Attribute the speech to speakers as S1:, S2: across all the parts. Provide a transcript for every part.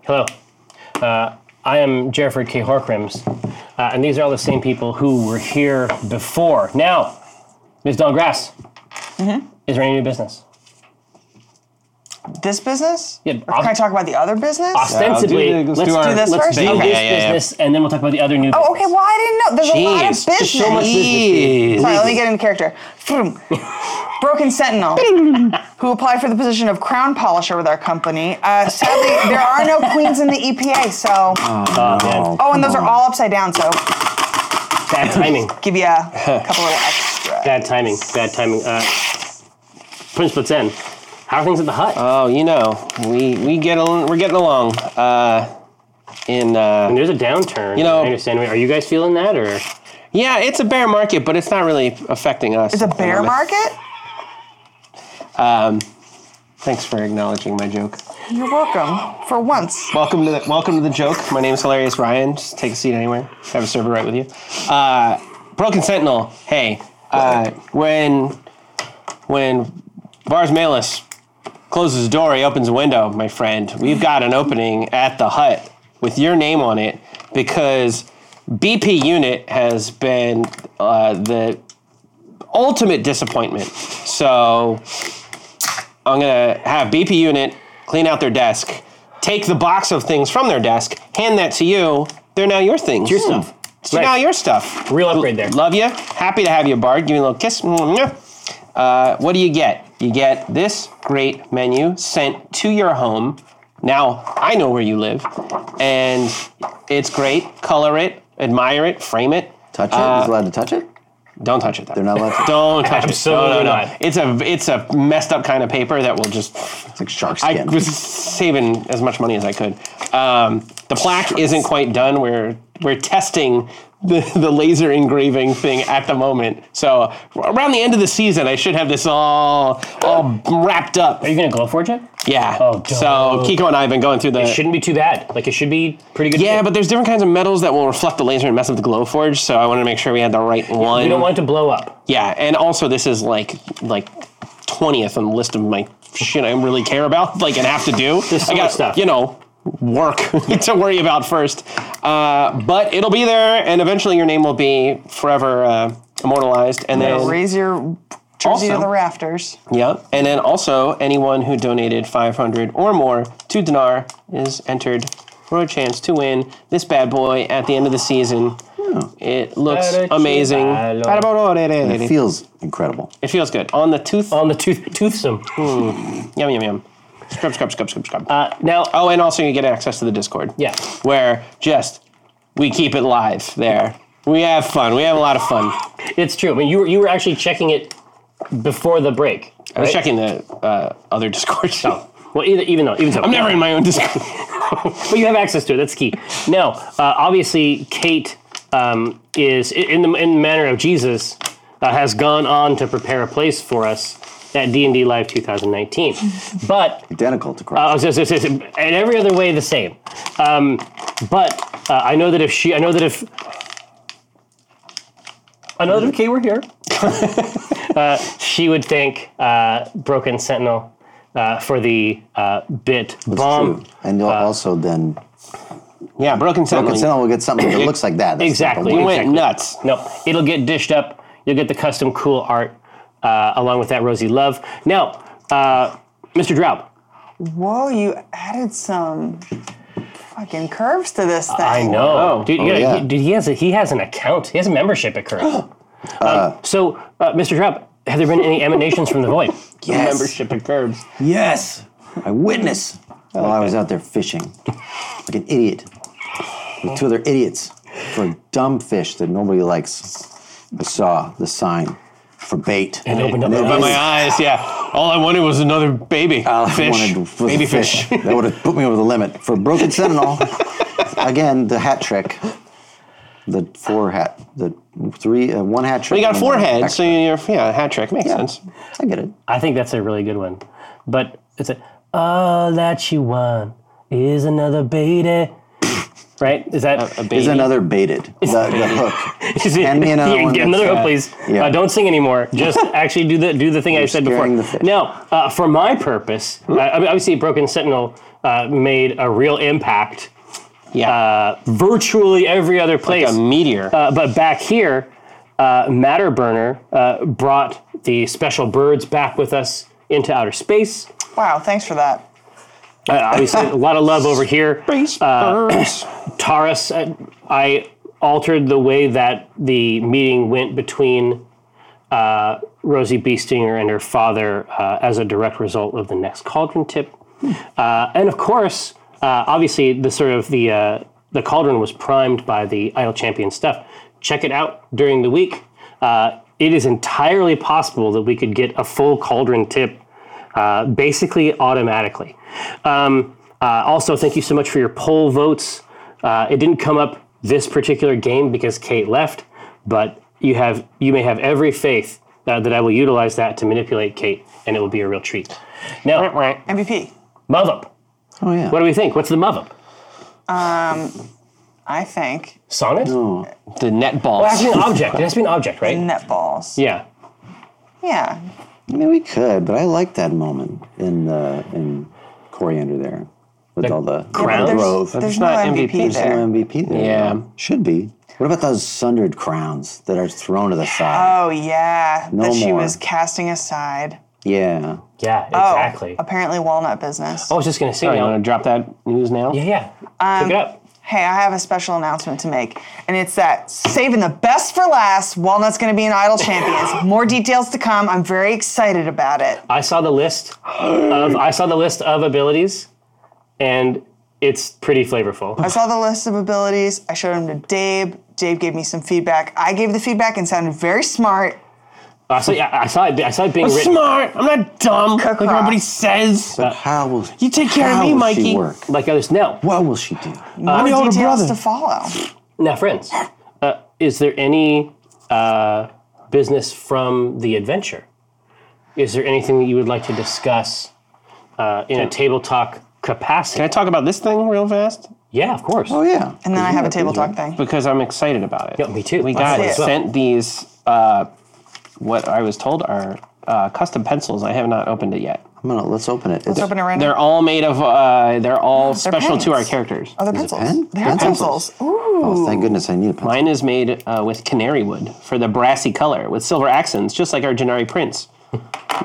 S1: Hello. Uh, I am Jeffrey K. Horcrims, uh, and these are all the same people who were here before. Now, Ms. Delgrasse,
S2: Mm-hmm.
S1: is there any new business?
S2: This business?
S1: Yeah,
S2: Or can I talk about the other business?
S1: Ostensibly,
S3: Yeah, I'll do- let's
S1: let's
S3: do our-
S2: Do this
S1: let's
S2: first?
S1: do
S2: Okay.
S1: this
S3: Yeah, yeah, yeah.
S1: business, and then we'll talk about the other new business.
S2: Oh, okay. Well, I didn't know. There's a lot of
S1: Jeez, there's
S2: business.
S1: so much business.
S2: Sorry, let me get into character. Vroom. Broken Sentinel, who applied for the position of crown polisher with our company. Uh, sadly, there are no queens in the EPA, so. Oh,
S1: man.
S2: and those are all upside down, so
S1: Uh, Bad timing.
S2: give you a couple little extra.
S1: Bad timing. Bad timing. Uh, Prince Blitzen, how are things at the hut?
S3: Oh, you know, we we get al- we're getting along. Uh, in
S1: and
S3: uh,
S1: there's a downturn.
S3: You know-
S1: I understand. Are you guys feeling that, or
S3: yeah, it's a bear market, but it's not really affecting us.
S2: It's a bear market?
S3: Thanks for acknowledging my joke.
S2: You're welcome. For once.
S3: Welcome to the, welcome to the joke. My name's Hilarious Ryan. Just take a seat anywhere. Have a server right with you. Uh, Broken Sentinel. Hey, uh, when when Vars Malus closes his door, he opens a window. My friend, we've got an opening at the hut with your name on it because BP Unit has been uh, the ultimate disappointment. So I'm gonna have BP unit clean out their desk, take the box of things from their desk, hand that to you. They're now your things.
S1: your stuff.
S3: It's now
S1: Right.
S3: your stuff.
S1: real upgrade there?
S3: Love you. Happy to have you, Bard. Give me a little kiss. Mwah. Uh, what do you get? You get this great menu sent to your home. Now I know where you live, and it's great. Color it, admire it, frame it. Uh,
S4: Touch it?
S1: Uh,
S4: He's allowed to touch it?
S3: Don't touch it. Though.
S4: They're not allowed to.
S3: Don't touch
S1: Absolutely
S3: it. No, no, no.
S1: not.
S3: It's a it's a messed up kind of paper that will just.
S4: It's like shark
S3: I
S4: skin.
S3: was saving as much money as I could. Um, the plaque isn't quite done. We're we're testing the, the laser engraving thing at the moment. So around the end of the season, I should have this all all wrapped up.
S1: Are you gonna glowforge it?
S3: Yeah.
S1: Oh, dope.
S3: so Kiko and I have been going through the.
S1: It shouldn't be too bad. Like it should be pretty good.
S3: Uh, yeah, but there's different kinds of metals that will reflect the laser and mess up the glow forge. So I wanted to make sure we had the right one.
S1: we don't want it to blow up.
S3: Yeah, and also this is like like twentieth on the list of my shit I really care about, like and have to do.
S1: There's so
S3: I
S1: much stuff.
S3: You know, work to worry about first. Uh, but it'll be there, and eventually your name will be forever uh, immortalized. And then
S2: Raise your jersey to
S3: Also-
S2: the rafters.
S3: yeah, and then also anyone who donated five hundred or more to Dinar is entered for a chance to win this bad boy at the end of the season. It looks
S1: Para
S3: amazing.
S1: chivalo.
S4: it feels incredible.
S3: It feels good on the tooth.
S1: On the tooth toothsome.
S3: Yum yum yum. Scrub scrub scrub scrub scrub.
S1: Uh, now,
S3: oh, and also you get access to the Discord.
S1: Yeah.
S3: Where just we keep it live there. We have fun. We have a lot of fun.
S1: it's true. I mean, you were you were actually checking it before the break.
S3: I was
S1: right?
S3: checking the uh, other Discord.
S1: Oh, well, either, even though, even so,
S3: I'm never in my own Discord.
S1: but you have access to it. That's key. Now, uh, obviously, Kate um, is i- in the in the manner of Jesus uh, has gone on to prepare a place for us at D and D Live 2019.
S3: Mm-hmm.
S1: But
S4: Identical to
S1: I
S4: Christ.
S1: was just, just, just- in every other way the same. Um, but uh, I know that if she, I know that if. I know that if Kay were here, uh, she would thank uh, Broken Sentinel uh, for the uh, um, bit bomb.
S4: True. And you'll also then
S3: yeah, broken sentinel.
S4: Broken Sentinel will get something that looks like that. That's
S1: Exactly.
S3: We
S4: not
S3: went
S1: Exactly.
S3: nuts.
S1: No, it'll get dished up. You'll get the custom cool art uh, along with that rosy love. Now, uh, Mr. Draub,
S2: Whoa, you added some fucking curves to this thing.
S1: I know. dude, you
S4: Oh,
S1: gotta-
S4: yeah. Uh,
S1: he- dude, he has a, he has an account. He has a membership at Curve. um, so, uh, Mr. Drop, have there been any emanations from the void?
S4: Yes.
S3: Membership at Curbs.
S4: Yes. I witnessed while I was out there fishing like an idiot with two other idiots for a dumb fish that nobody likes. I saw the sign for bait. And
S1: it opened up
S4: it
S1: my
S3: By
S4: is-
S3: my eyes, yeah. All I wanted was another baby
S4: all I
S3: Uh, fish.
S4: wanted was a
S3: baby fish.
S4: that would have put me over the limit. For Broken Sentinel, again, the hat trick. The four hat, the three, uh, one hat trick.
S3: we got
S4: and
S3: four
S4: one
S3: heads,
S4: back-
S3: so you're yeah, hat trick makes
S4: Yeah,
S3: sense.
S4: I get it.
S1: I think that's a really good one. But it's a all that you want is another baby. right? Is that
S3: A baby.
S4: Is another baited. The, the hook.
S1: Is it-
S4: Hand me another
S1: Yeah,
S4: one
S1: get
S4: that's,
S1: another hook,
S4: uh,
S1: please.
S4: yeah.
S1: Uh, don't sing anymore. Just actually do the do the thing I said before.
S4: scaring the fish. Hmm?
S1: No, uh, for my purpose, uh, I mean, obviously, Broken Sentinel uh, made a real impact
S3: Yeah.
S1: uh, virtually every other place.
S3: a meteor.
S1: Uh, but back here, uh, Matterburner uh, brought the special birds back with us into outer space.
S2: Wow, thanks for that.
S1: Uh, obviously, a lot of love over here.
S3: uh,
S1: Taurus, I, I altered the way that the meeting went between uh, Rosie Beestinger and her father uh, as a direct result of the next cauldron tip. Uh, and of course, uh, obviously, the sort of the uh, the cauldron was primed by the Idol Champion stuff. Check it out during the week. Uh, it is entirely possible that we could get a full cauldron tip uh, basically automatically. Um, uh, also, thank you so much for your poll votes. Uh, it didn't come up this particular game because Kate left, but you have you may have every faith uh, that I will utilize that to manipulate Kate, and it will be a real treat. Now,
S2: MVP.
S1: muv up.
S4: Oh yeah.
S1: What do we think? What's the muv up?
S2: I think
S1: Sonnet?
S3: the netball.
S1: Well, it has to be an object. It has to be an object, right?
S2: netballs.
S1: Yeah.
S2: Yeah.
S4: I mean, we could, but I like that moment in uh, in coriander there with
S1: The
S4: all the
S1: crown?
S4: the
S1: There's-
S4: grove.
S2: There's
S3: It's
S2: no
S3: not
S2: MVP,
S3: MVP,
S4: There's
S2: there.
S4: no MVP there.
S3: Yeah.
S4: should be. What about those sundered crowns that are thrown to the side?
S2: Oh yeah,
S4: No
S2: that she
S4: more.
S2: was casting aside.
S4: yeah,
S1: Yeah,
S2: Oh,
S1: exactly.
S2: apparently walnut business.
S1: I was just going to say,
S3: Oh,
S1: you
S3: you
S1: know,
S3: want to drop that news now?
S1: yeah, yeah. Pick it up.
S2: Hey, I have a special announcement to make, and it's that saving the best for last. Walnut's going to be an Idol Champions. More details to come. I'm very excited about it.
S1: I saw the list of I saw the list of abilities, and it's pretty flavorful.
S2: I saw the list of abilities. I showed them to Dave. Dave gave me some feedback. I gave the feedback and sounded very smart.
S1: I saw, yeah, I saw it. I saw it being
S3: I'm
S1: written. Uh,
S3: smart. I'm not dumb.
S2: Cook
S3: like
S2: off.
S3: everybody says.
S4: but how will
S3: You take care of
S4: how
S3: me,
S4: will
S3: Mikey.
S4: She work?
S1: Like others, no,
S4: What will she do?
S2: More
S3: I'm the older
S2: details
S3: brother.
S2: to follow.
S1: now friends. Uh, is there any uh, business from the adventure? Is there anything that you would like to discuss uh, in a table talk
S3: Can I
S1: capacity?
S3: talk about this thing real fast?
S1: Yeah, of course.
S4: Oh yeah.
S2: And then I have a
S4: Yeah,
S2: table
S4: yeah.
S2: talk thing.
S3: Because I'm excited about it.
S1: Yeah, me too.
S3: We
S1: Let's
S3: got
S1: do it.
S3: sent these, uh, what I was told are uh, custom pencils. I have not opened it yet.
S4: I'm gonna let's open it.
S2: Let's open it right
S3: They're
S2: now. Oh,
S3: all made of, uh, they're all
S2: They're
S3: special to our
S2: pens.
S3: characters.
S2: Oh, they're
S4: Is it
S2: pencils.
S4: pen?
S2: They are
S4: Pen
S2: pencils. Ooh.
S4: Oh, thank goodness I need a pencil.
S3: Mine is made uh, with canary wood for the brassy color with silver accents, just like our Gennari prints.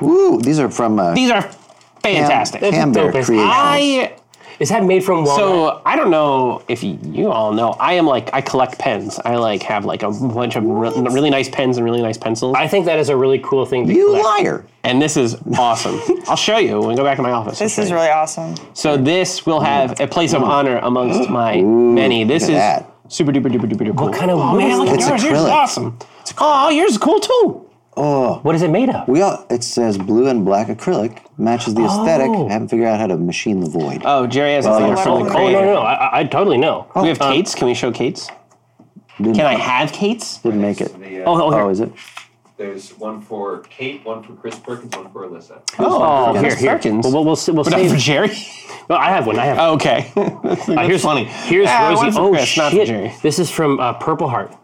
S4: Woo! These are from uh,
S3: These are fantastic.
S1: Ham-
S4: Ham Bear
S1: Dope as-
S4: Creations.
S3: I
S1: Is that made from walnut?
S3: So I don't know if you, you all know. I am like I collect pens. I like have like a bunch of re- really nice pens and really nice pencils.
S1: I think that is a really cool thing. To
S4: you
S1: collect.
S4: liar.
S3: and this is awesome. I'll show you when we go back to my office. I'll
S2: This
S3: show
S2: is
S3: you.
S2: really awesome.
S3: so. This will have a place of honor amongst my many. This
S4: look
S3: is
S4: at that.
S3: super duper duper duper duper cool. What
S1: kind of
S3: oh, man,
S1: wood
S3: look
S1: is
S3: at
S4: that?
S3: yours.
S4: It's
S3: Yours is
S4: acrylic.
S3: awesome. Oh, yours is cool too.
S1: What is it made of?
S4: We all it says blue and black acrylic matches the aesthetic.
S1: Oh.
S4: Haven't figured out how to machine the void.
S3: Oh, Jerry has
S4: Well,
S3: a thing
S4: you're
S3: for
S4: from-
S3: the
S1: Oh
S3: creator.
S1: no, no, no. I, I- I totally know.
S3: We have Kate's. Can we show Kate's?
S4: Didn't-
S3: Can I have Kate's?
S4: Didn't make it.
S5: The, uh,
S1: Oh, oh, here.
S4: Oh, is it?
S5: There's one for Kate, one for Chris Perkins, one for Alyssa.
S3: Oh,
S1: here, here.
S3: Perkins.
S1: Well, we'll, we'll, s- we'll
S3: but not for
S1: save.
S3: Jerry.
S1: Well, I have one. I have.
S3: Oh, okay. That's
S1: here's
S3: funny.
S1: Here's
S3: Ah, one
S1: Rosie.
S3: for
S1: Oh
S3: Chris,
S1: shit!
S3: not for Jerry.
S1: This is from uh, Purple Heart.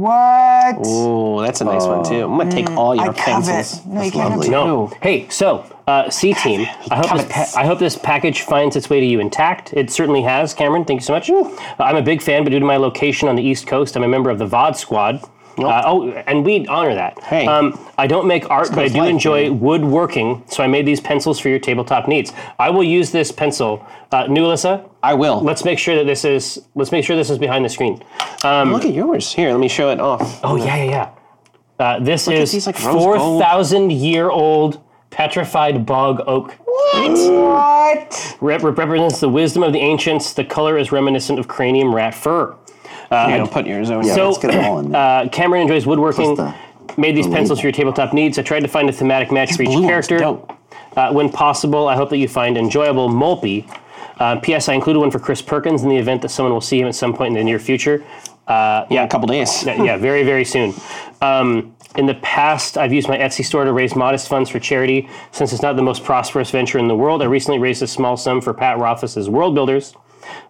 S2: What?
S3: Oh, that's a nice one too. I'm gonna take all your
S2: I covet.
S3: pencils.
S2: No, you can't.
S4: lovely.
S2: have
S1: No. Hey, so uh, C team. I hope, this
S3: covets.
S1: pa- I hope this package finds its way to you intact. It certainly has, Cameron. Thank you so much. Uh, I'm a big fan, but due to my location on the East Coast, I'm a member of the VOD squad. Uh, oh, and we honor that. Um,
S3: Hey.
S1: I don't make art, but I
S3: coast
S1: do
S3: life,
S1: enjoy woodworking, so I made these pencils for your tabletop needs. I will use this pencil. Uh, new Alyssa,
S3: I will.
S1: let's make sure that this is let's make sure this is behind the screen.
S3: look at yours. Here, let me show it off.
S1: Oh yeah, yeah, yeah. Uh, this
S3: at
S1: is
S3: these, like, rose
S1: four
S3: gold.
S1: thousand year old petrified bog oak.
S2: What?
S1: Rep- rep- represents the wisdom of the ancients. The color is reminiscent of cranium rat fur.
S3: you know, put yours over.
S4: Yeah,
S1: So-
S4: let's get them all in there.
S1: Uh, Cameron enjoys woodworking.
S4: Plus
S1: Made these
S4: the
S1: pencils
S4: label.
S1: for your tabletop needs. I tried to find a thematic match for each
S3: blue one's
S1: character.
S3: dope.
S1: Uh, when possible, I hope that you find enjoyable Mulpy. Uh, P.S. I included one for Chris Perkins in the event that someone will see him at some point in the near future. Uh,
S3: yeah, a couple days.
S1: yeah, yeah, very, very soon. Um, in the past, I've used my Etsy store to raise modest funds for charity. Since it's not the most prosperous venture in the world, I recently raised a small sum for Pat Rothfuss's World Builders.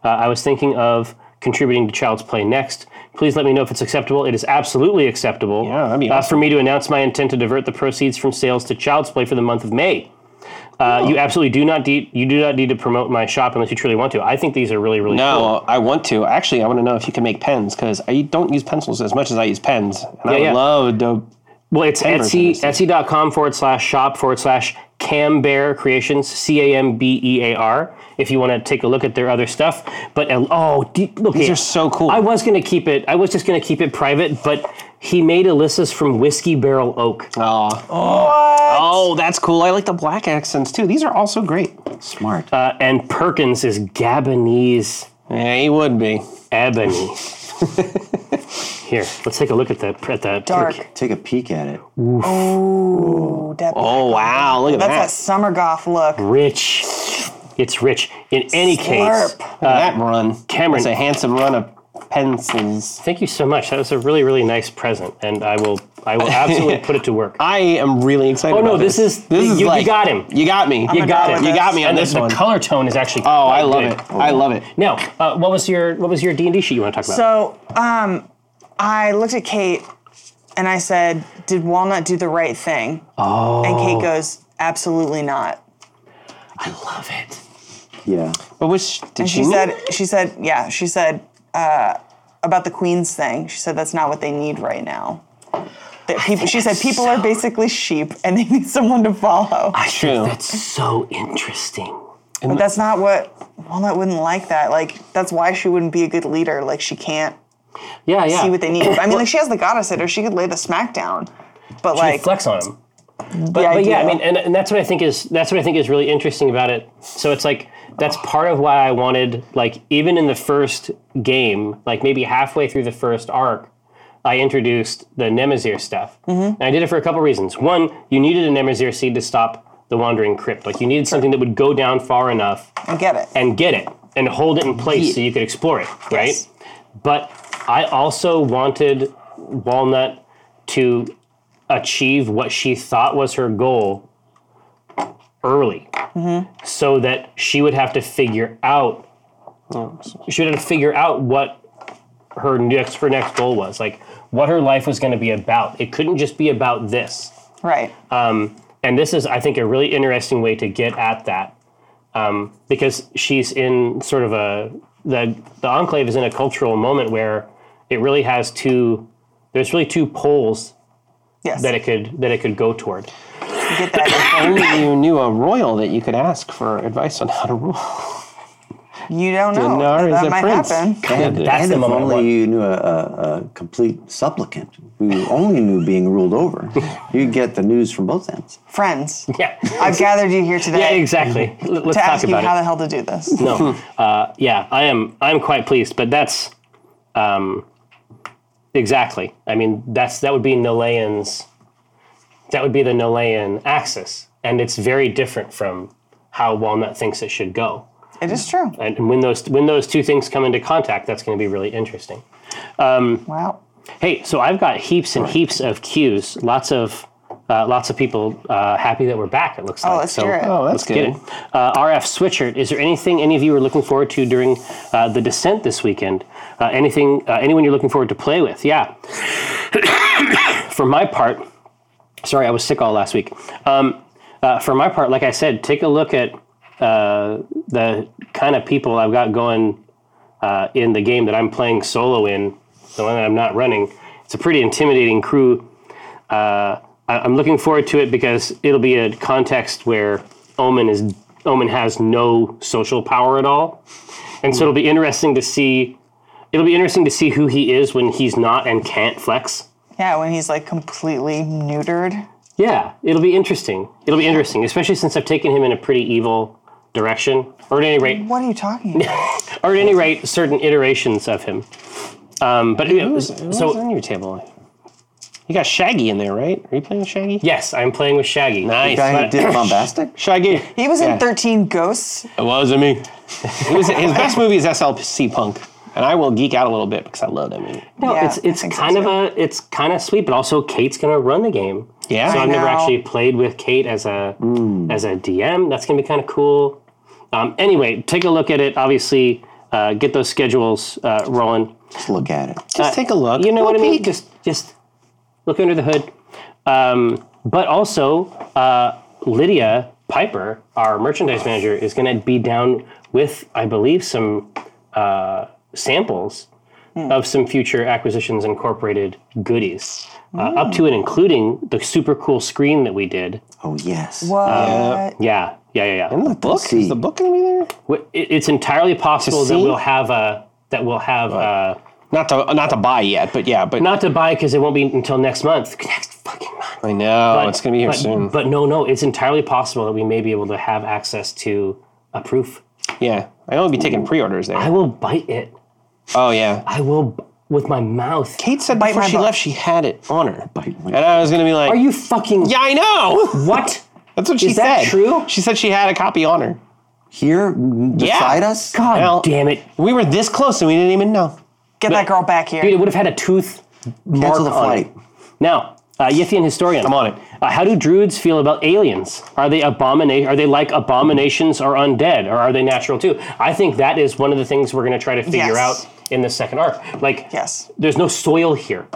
S1: Uh, I was thinking of contributing to Child's Play next. Please let me know if it's acceptable. It is absolutely acceptable
S3: Yeah, that'd be
S1: uh,
S3: awesome.
S1: for me to announce my intent to divert the proceeds from sales to Child's Play for the month of May. Uh, you absolutely do not de- you do not need to promote my shop unless you truly want to. I think these are really really cool.
S3: No, I want to. Actually, I want to know if you can make pens because I don't use pencils as much as I use pens, and
S1: Yeah,
S3: I would
S1: yeah.
S3: love to.
S1: Well, it's
S3: Hammer's
S1: Etsy,
S3: interesting.
S1: Etsy.com forward slash shop forward slash Cam Bear Creations, C A M B E A R, if you want to take a look at their other stuff. But uh, oh, d- look,
S3: These
S1: it-
S3: are so cool.
S1: I was going to keep it, I was just going to keep it private, but he made Alyssa's from Whiskey Barrel Oak.
S3: Aw. oh, that's cool. I like the black accents too. These are also great.
S4: Smart.
S1: Uh, and Perkins is Gabonese
S3: Yeah, he would be.
S1: ebony. Here, let's take a look at the at the
S2: Dark.
S4: Take a peek at it.
S2: Ooh, that
S3: Oh wow, look at
S2: That's that
S3: that.
S2: summer goth look.
S1: Rich. It's rich. In any case,
S2: Slurp.
S3: Look at that run,
S1: Cameron-
S3: It's a handsome run of pencils.
S1: Thank you so much. That was a really, really nice present, and I will, I will absolutely put it to work.
S3: I am really excited.
S1: Oh, no,
S3: about
S1: this is-
S3: this
S1: you-
S3: is
S1: you
S3: like-
S1: got him.
S3: You got me.
S1: You got it.
S3: You got me on
S1: and
S3: this
S1: the,
S3: one.
S1: The color tone is actually.
S3: oh, I love it. I love it.
S1: Now, uh, what was your what was your D and D sheet you want to talk about?
S2: So um, I looked at Kate and I said, Did Walnut do the right thing? Oh. And Kate goes, Absolutely not.
S1: I love it.
S4: Yeah.
S3: But which did
S2: And she
S1: Mm-hmm.
S3: need-
S2: said, She said, Yeah, she said, uh, About the Queen's thing, she said, That's not what they need right now. That people, she said, People are basically sheep and they need someone to follow.
S1: I
S3: True.
S1: think that's so interesting.
S2: But that's not what Walnut wouldn't like that. Like, that's why she wouldn't be a good leader. Like, she can't
S1: Yeah, yeah.
S2: see what they need. I mean, like, she has the goddess in her. She could lay the smack down. But,
S1: She could
S2: like,
S1: flex on them. But,
S2: The
S1: but yeah, I
S2: idea.
S1: mean, and, and that's what I think is that's what I think is really interesting about it. So it's like that's part of why I wanted like even in the first game, like maybe halfway through the first arc, I introduced the Nemazir stuff,
S2: Mm-hmm.
S1: and I did it for a couple reasons. One, you needed a Nemazir seed to stop the Wandering Crypt. Like you needed something that would go down far enough
S2: I get it.
S1: and get it and hold it in place so you could explore it, right?
S2: Yes.
S1: But I also wanted Walnut to achieve what she thought was her goal early so that she would have to figure out she would have to figure out what her next her next goal was like what her life was going to be about it couldn't just be about this
S2: Right.
S1: uh, Um, and this is, I think, a really interesting way to get at that, um, because she's in sort of a the the enclave is in a cultural moment where it really has two. There's really two poles
S2: yes.
S1: that it could that it could go toward.
S2: You get that.
S3: only you knew a royal that you could ask for advice on how to rule.
S2: you don't know.
S3: Dinar is
S2: that
S3: a
S2: might
S3: prince.
S2: happen.
S3: God,
S1: That's
S4: and
S1: the
S4: if
S1: moment I
S4: only
S1: want.
S4: you knew a, a, a complete supplicant who only knew being ruled over, you'd get the news from both ends.
S2: Friends.
S1: Yeah,
S2: I've gathered you here today
S1: yeah, exactly. L- Let's
S2: Mm-hmm. to
S1: talk
S2: ask you
S1: about
S2: how
S1: it.
S2: the hell to do this.
S1: No, uh, yeah, I am. I'm quite pleased, but that's, um, exactly. I mean, that's that would be Nolayan's. That would be the Nolayan axis, and it's very different from how Walnut thinks it should go.
S2: It is true.
S1: and and when those when those two things come into contact, that's going to be really interesting.
S2: Wow.
S1: Hey, so I've got heaps and heaps of cues. Lots of uh, lots of people uh, happy that we're back. It looks
S2: Oh,
S1: like.
S2: let's
S1: so,
S2: hear it.
S3: Oh, that's
S1: Get
S3: good.
S1: it. Uh, RF Switchert, is there anything any of you are looking forward to during uh, the descent this weekend? Uh, anything, uh, anyone you're looking forward to play with? Yeah. for my part, sorry, I was sick all last week. Um, uh, for my part, like I said, take a look at uh, the kind of people I've got going uh, in the game that I'm playing solo in, the one that I'm not running. It's a pretty intimidating crew. Uh, I- I'm looking forward to it because it'll be a context where Omen is Omen has no social power at all, and so it'll be interesting to see. It'll be interesting to see who he is when he's not and can't flex.
S2: Yeah, when he's like completely neutered.
S1: Yeah, it'll be interesting. It'll be interesting, especially since I've taken him in a pretty evil direction, or at any rate,
S2: What are you talking about?
S1: or at any rate, certain iterations of him. Um, but yeah,
S3: Who's, who's
S1: so
S3: on your table? You got Shaggy in there, right? Are you playing Shaggy?
S1: yes, I'm playing with Shaggy.
S3: Nice.
S4: Guy who
S1: but-
S4: did bombastic?
S3: Shaggy.
S2: He was
S3: Yeah.
S2: in 13 Ghosts.
S3: It wasn't me. It was, his best movie is SLC Punk, and I will geek out a little bit because I love that movie.
S1: No,
S2: Yeah,
S1: it's it's
S2: I think so
S1: kind of
S2: too.
S1: a it's kind of sweet, but also Kate's gonna run the game.
S3: Yeah.
S1: so
S3: I
S1: I've never
S2: know.
S1: actually played with Kate as a
S2: Mm.
S1: as a DM. That's gonna be kind of cool. Um, anyway, take a look at it. Obviously, uh, get those schedules uh, rolling.
S4: Just look at it.
S3: Just take a look.
S1: You know what I
S3: Look,
S1: mean?
S3: peek.
S1: Just just look under the hood. Um, but also, uh, Lydia Piper, our merchandise manager, is going to be down with, I believe, some uh, samples of some future acquisitions incorporated goodies, uh, up to and including the super cool screen that we did.
S4: Oh yes.
S2: What?
S1: Yeah, yeah, yeah, yeah.
S3: In the book?
S4: see.
S3: Is the book gonna be there?
S1: Wh- it- It's entirely possible that
S3: see?
S1: we'll have a that we'll have uh
S3: Not to not to buy yet, but yeah, but
S1: not to buy because it won't be until next month. Next fucking month.
S3: I know
S1: But-
S3: it's gonna be here
S1: but,
S3: soon.
S1: But no, no, it's entirely possible that we may be able to have access to a proof.
S3: yeah, I know we'll be taking pre-orders
S1: I
S3: there.
S1: will bite it.
S3: Oh yeah.
S1: I will b- with my mouth.
S3: Kate said
S2: Bite
S3: before
S2: my
S3: she
S2: butt.
S3: left, she had it on her,
S4: Bite my-
S3: and I was gonna be like,
S1: Are you fucking?
S3: Yeah, I know.
S1: What?
S3: That's what she
S1: Is
S3: said.
S1: that true?
S3: She said she had a copy on her.
S4: Here m-
S3: Yeah.
S4: beside us.
S1: God
S3: Well-
S1: damn it!
S3: We were this close and we didn't even know.
S2: Get that girl back here.
S1: Dude, it would have had a tooth mark
S4: Cancel the
S1: on it.
S4: flight.
S1: Now, uh, Yithian historian.
S3: I'm on it.
S1: Uh, how do druids feel about aliens? Are they abomina- Are they like abominations or undead, or are they natural too? I think that is one of the things we're going to try to figure
S2: Yes.
S1: out in the second arc. Like,
S2: Yes.
S1: there's no soil here.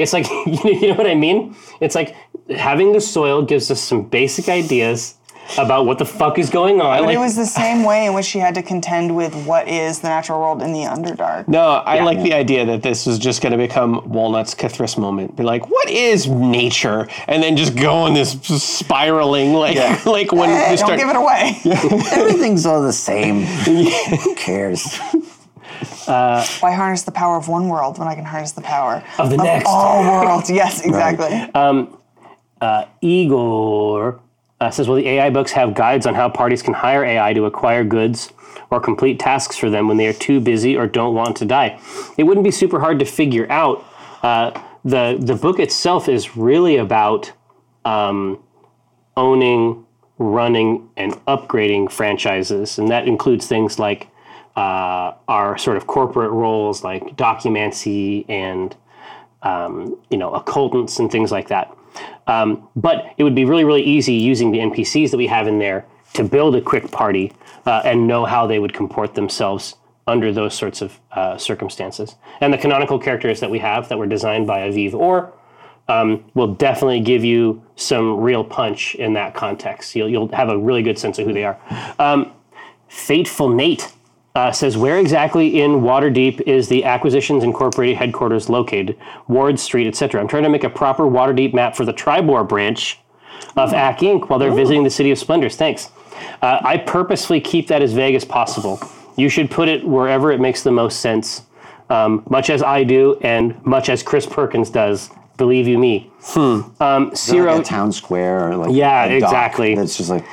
S1: It's like you know what I mean. It's like having the soil gives us some basic ideas about what the fuck is going on.
S2: But
S1: like,
S2: it was the same way in which she had to contend with what is the natural world in the Underdark.
S3: No, I like the idea that this was just going to become Walnut's Kithris moment. Be like, what is nature? And then just go on this spiraling, like, like when
S2: Hey,
S3: you
S2: don't
S3: start.
S2: give it away.
S4: Everything's all the same. Who cares?
S2: Why harness the power of one world when I can harness the power
S1: Of the next. Um,
S2: all worlds? Yes, exactly.
S1: Igor uh, says, "Will the AI books have guides on how parties can hire AI to acquire goods or complete tasks for them when they are too busy or don't want to die?" It wouldn't be super hard to figure out. Uh, the The book itself is really about um, owning, running, and upgrading franchises, and that includes things like uh, our sort of corporate roles, like documancy and um, you know, occultants and things like that. Um, but it would be really, really easy using the NPCs that we have in there to build a quick party uh, and know how they would comport themselves under those sorts of uh, circumstances. And the canonical characters that we have that were designed by Aviv Or um, will definitely give you some real punch in that context. You'll, you'll have a really good sense of who they are. Um, Fateful Nate uh, says, Where exactly in Waterdeep is the Acquisitions Incorporated headquarters located? Ward Street, etc. I'm trying to make a proper Waterdeep map for the Tribor branch of Ack Inc. while they're visiting the City of Splendors. Thanks. Uh, I purposefully keep that as vague as possible. You should put it wherever it makes the most sense, um, much as I do and much as Chris Perkins does. Believe you me. Um, Ciro,
S4: Like a town square or like
S1: Yeah,
S4: a dock
S1: exactly.
S4: That's just like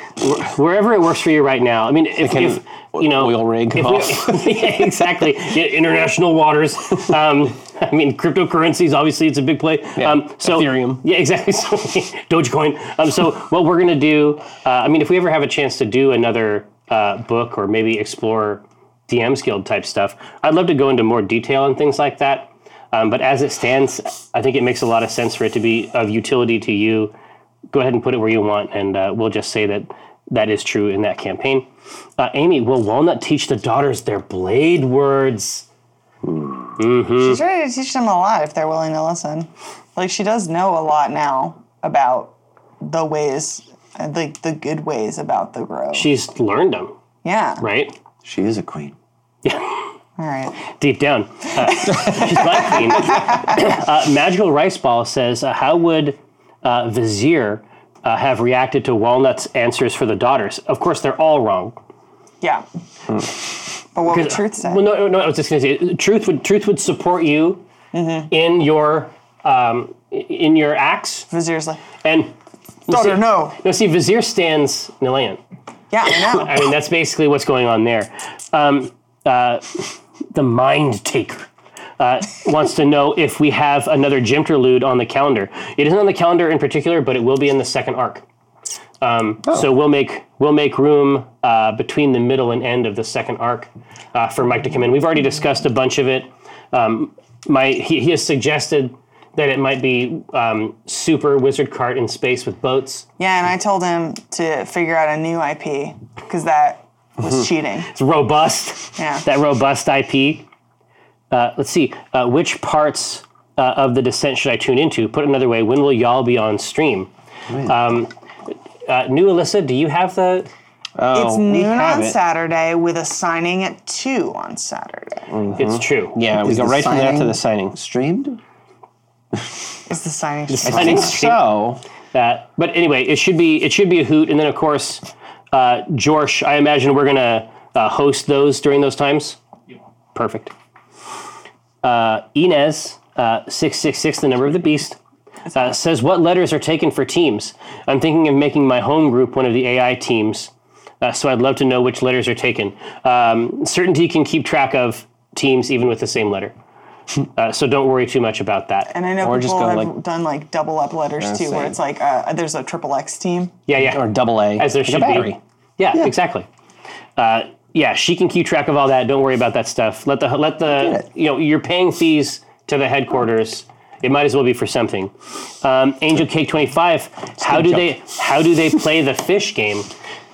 S1: wherever it works for you right now. I mean, if,
S3: an
S1: if you know,
S3: oil rig
S1: if we- Yeah, exactly. Yeah, international waters. Um, I mean, cryptocurrencies. Obviously, it's a big play.
S3: Yeah,
S1: um, so
S3: Ethereum.
S1: Yeah, exactly. So, Dogecoin. Um, so what we're gonna do? Uh, I mean, if we ever have a chance to do another uh, book or maybe explore DM's Guild type stuff, I'd love to go into more detail and things like that. Um, but as it stands, I think it makes a lot of sense for it to be of utility to you go ahead and put it where you want, and uh, we'll just say that that is true in that campaign. Uh, Amy, will Walnut teach the daughters their blade words?
S2: She's ready to teach them a lot if they're willing to listen. Like she does know a lot now about the ways, uh, like the good ways about the grove.
S1: She's learned them,
S2: yeah.
S1: right?
S4: she is a queen.
S2: All right.
S1: Deep down, uh, she's my queen. uh, Magical Rice Ball says, uh, "How would uh, Vizier uh, have reacted to Walnut's answers for the daughters? Of course, they're all wrong.
S2: Yeah. Mm. But what would truth say?
S1: Well, no, no, I was just going to say, truth would truth would support you in your um, i- in your acts
S2: Vizier's like,
S1: and."
S2: daughter, no.
S1: No, see, Vizier stands Nilan.
S2: Yeah, I know.
S1: I mean, that's basically what's going on there. Um, uh, the Mind Taker uh, wants to know if we have another Jimterlude on the calendar. It isn't on the calendar in particular, but it will be in the second arc. Um, So we'll make we'll make room uh, between the middle and end of the second arc uh, for Mike to come in. We've already discussed a bunch of it. Um, my he, he has suggested that it might be um, super wizard cart in space with boats.
S2: Yeah, and I told him to figure out a new IP because that
S3: Mm-hmm.
S2: was cheating.
S1: It's robust.
S2: Yeah.
S1: That robust IP. Uh, let's see. Uh, which parts uh, of the descent should I tune into? Put another way, when will y'all be on stream? Um,
S4: Man.
S1: Uh, new Alyssa, do you have the?
S2: it's
S3: Oh, we
S2: noon
S3: have
S2: on
S3: it.
S2: Saturday with a signing at two on Saturday.
S1: It's true.
S3: Yeah, we
S4: Is
S3: go
S4: the
S3: right from there to
S4: signing-
S3: the signing.
S4: streamed?
S2: Is the signing?
S1: I didn't see
S3: So
S1: that. But anyway, it should be it should be a hoot. And then of course, uh, Jorsh, I imagine we're gonna uh, host those during those times. Perfect. Uh, Inez uh, six six six, the number of the beast, uh, says what letters are taken for teams. I'm thinking of making my home group one of the AI teams. Uh, so I'd love to know which letters are taken. Um, certainty can keep track of teams even with the same letter. Uh, so don't worry too much about that.
S2: and I know
S3: Or just
S2: people
S3: go,
S2: have
S3: like-
S2: done like double up letters too, where
S3: saying.
S2: it's like uh, there's a triple X team.
S1: Yeah, yeah.
S3: or double A
S1: as there
S3: like a
S1: should
S3: battery.
S1: be. Yeah, exactly. Uh, yeah, she can keep track of all that. Don't worry about that stuff. Let the let
S4: Get
S1: the
S4: it.
S1: you know you're paying fees to the headquarters. It might as well be for something. Um, Angel Cake Twenty Five. How do
S3: jump.
S1: they how do they play the fish game?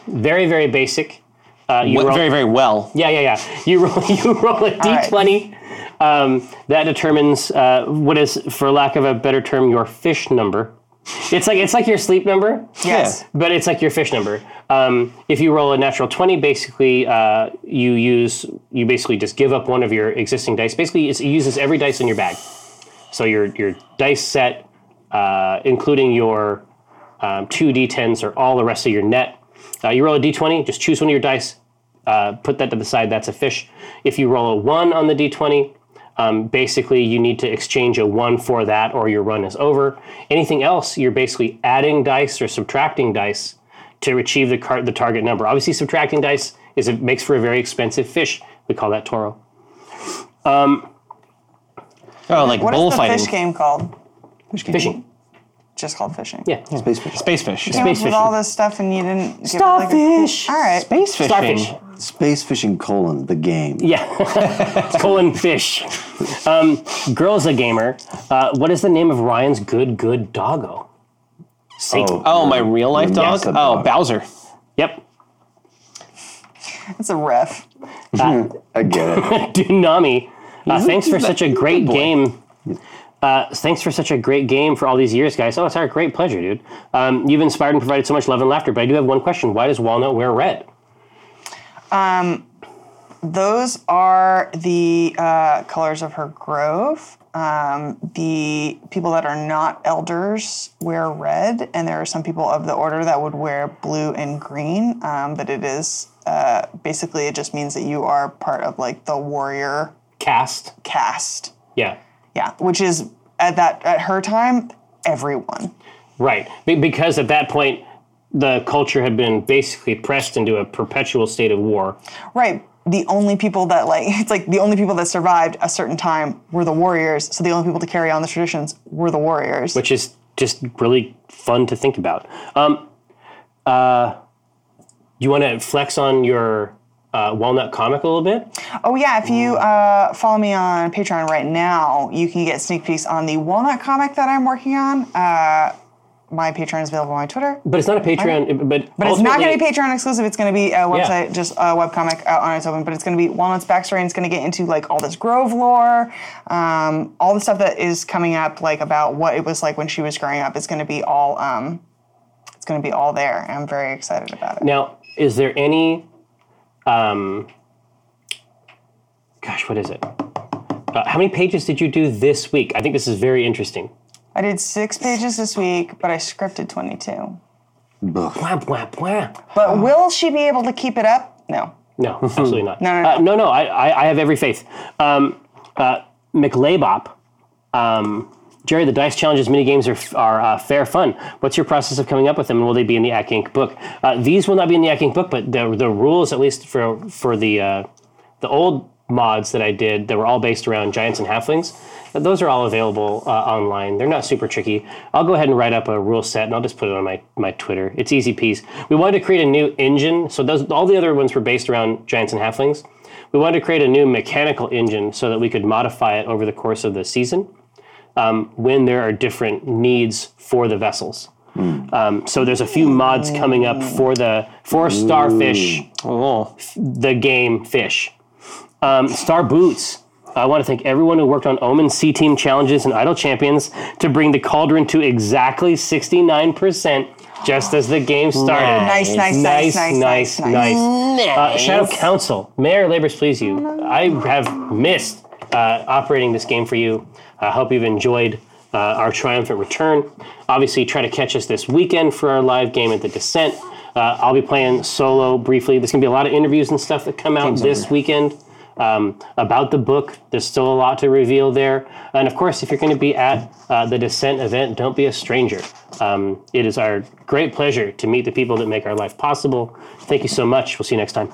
S1: Very very basic. Uh, you
S3: Well,
S1: roll-
S3: very very well.
S1: yeah, yeah, yeah. You roll, you roll a
S2: right.
S1: d20. Um, that determines uh, what is, for lack of a better term, your fish number. It's like it's like your sleep number.
S2: Yes.
S1: But it's like your fish number. Um, if you roll a natural twenty, basically uh, you use you basically just give up one of your existing dice. Basically, it's, it uses every dice in your bag. So your your dice set, uh, including your um, two d10s, or all the rest of your net. Uh, you roll a d20, just choose one of your dice, uh, put that to the side. That's a fish. If you roll a one on the d20, um, basically you need to exchange a one for that, or your run is over. Anything else, you're basically adding dice or subtracting dice to achieve the car- the target number. Obviously, subtracting dice is it makes for a very expensive fish. We call that toro.
S3: Oh, like
S2: What is
S3: bullfighting.
S2: the fish game called?
S4: Fish game.
S1: Fishing.
S2: Just called fishing.
S1: Yeah.
S4: Space fish.
S3: Space fish.
S2: Came up
S1: Space
S2: with
S1: fishing.
S2: all this stuff and you didn't. give it, like, a-
S1: Starfish.
S2: All right.
S3: Space fishing.
S1: Starfish.
S4: Space fishing colon the game.
S1: Yeah, colon fish. Um, girl's a gamer. Uh, what is the name of Ryan's good good doggo? Satan.
S3: Oh, my real life
S4: Yeah.
S3: dog.
S4: Yes, the
S3: Oh,
S4: dog.
S3: Bowser.
S1: Yep.
S2: That's a ref.
S4: I get it.
S1: Dunami. Uh,
S4: a-
S1: thanks for
S4: he's a
S1: such a
S4: good
S1: great
S4: boy.
S1: game. Uh, thanks for such a great game for all these years, guys. Oh, it's our great pleasure, dude. Um, you've inspired and provided so much love and laughter. But I do have one question: Why does Walnut wear red?
S2: Those are the uh, colors of her grove. Um, the people that are not elders wear red, and there are some people of the order that would wear blue and green. Um, but it is uh, basically it just means that you are part of like the warrior
S1: Cast.
S2: caste.
S1: Yeah.
S2: Yeah, which is at that at her time everyone.
S1: Right. Be- because at that point, the culture had been basically pressed into a perpetual state of war.
S2: Right. The only people that like it's like the only people that survived a certain time were the warriors. So the only people to carry on the traditions were the warriors.
S1: which is just really fun to think about. Um, uh, you want to flex on your uh, walnut comic a little bit?
S2: Oh yeah, if you uh, follow me on Patreon right now, you can get sneak peeks on the Walnut comic that I'm working on. Uh, my Patreon is available on my Twitter.
S1: But it's not a Patreon. But,
S2: But it's not going to be Patreon exclusive. It's going to be a website,
S1: Yeah.
S2: just a webcomic uh, on its own. But it's going to be Walnut's backstory, and it's going to get into like all this Grove lore, um, all the stuff that is coming up, like about what it was like when she was growing up. It's going to be all, um, it's going to be all there. and I'm very excited about it.
S1: Now, is there any? Um, gosh, what is it? Uh, how many pages did you do this week? I think this is very interesting.
S2: I did six pages this week, but I scripted 22.
S4: Ugh.
S1: Wah, wah, wah.
S2: But will she be able to keep it up? No.
S1: No, absolutely not.
S2: No, no,
S1: Uh, no, no. I, I, I have every faith. Um, uh, McLabop, um, Jerry, the dice challenges minigames are, are uh, fair fun. What's your process of coming up with them, and will they be in the Ack Inc. book? Uh, these will not be in the Ack Inc. book, but the, the rules, at least for for the uh, the old mods that I did, that were all based around giants and halflings. uh, Those are all available uh, online. They're not super tricky. I'll go ahead and write up a rule set, and I'll just put it on my, my Twitter. It's easy peasy. We wanted to create a new engine, so those all the other ones were based around giants and halflings. We wanted to create a new mechanical engine so that we could modify it over the course of the season when there are different needs for the vessels. Um, Um, so there's a few mods
S2: Oh.
S1: coming up for the for Starfish
S3: Oh,
S1: the game Fish. Um, Star Boots. I want to thank everyone who worked on Omen C Team challenges and Idol Champions to bring the Cauldron to exactly 69%, just as the game started.
S2: Nice, nice, nice, nice, nice,
S1: Uh, Shadow Council, Mayor Labors, please you. I have missed uh, operating this game for you. I hope you've enjoyed uh, our triumphant return. Obviously, try to catch us this weekend for our live game at the Descent. Uh, I'll be playing solo briefly. There's going to be a lot of interviews and stuff that come out this weekend um, about the book. There's still a lot to reveal there. And of course, if you're going to be at uh, the Descent event, don't be a stranger. Um, it is our great pleasure to meet the people that make our life possible. Thank you so much. We'll see you next time.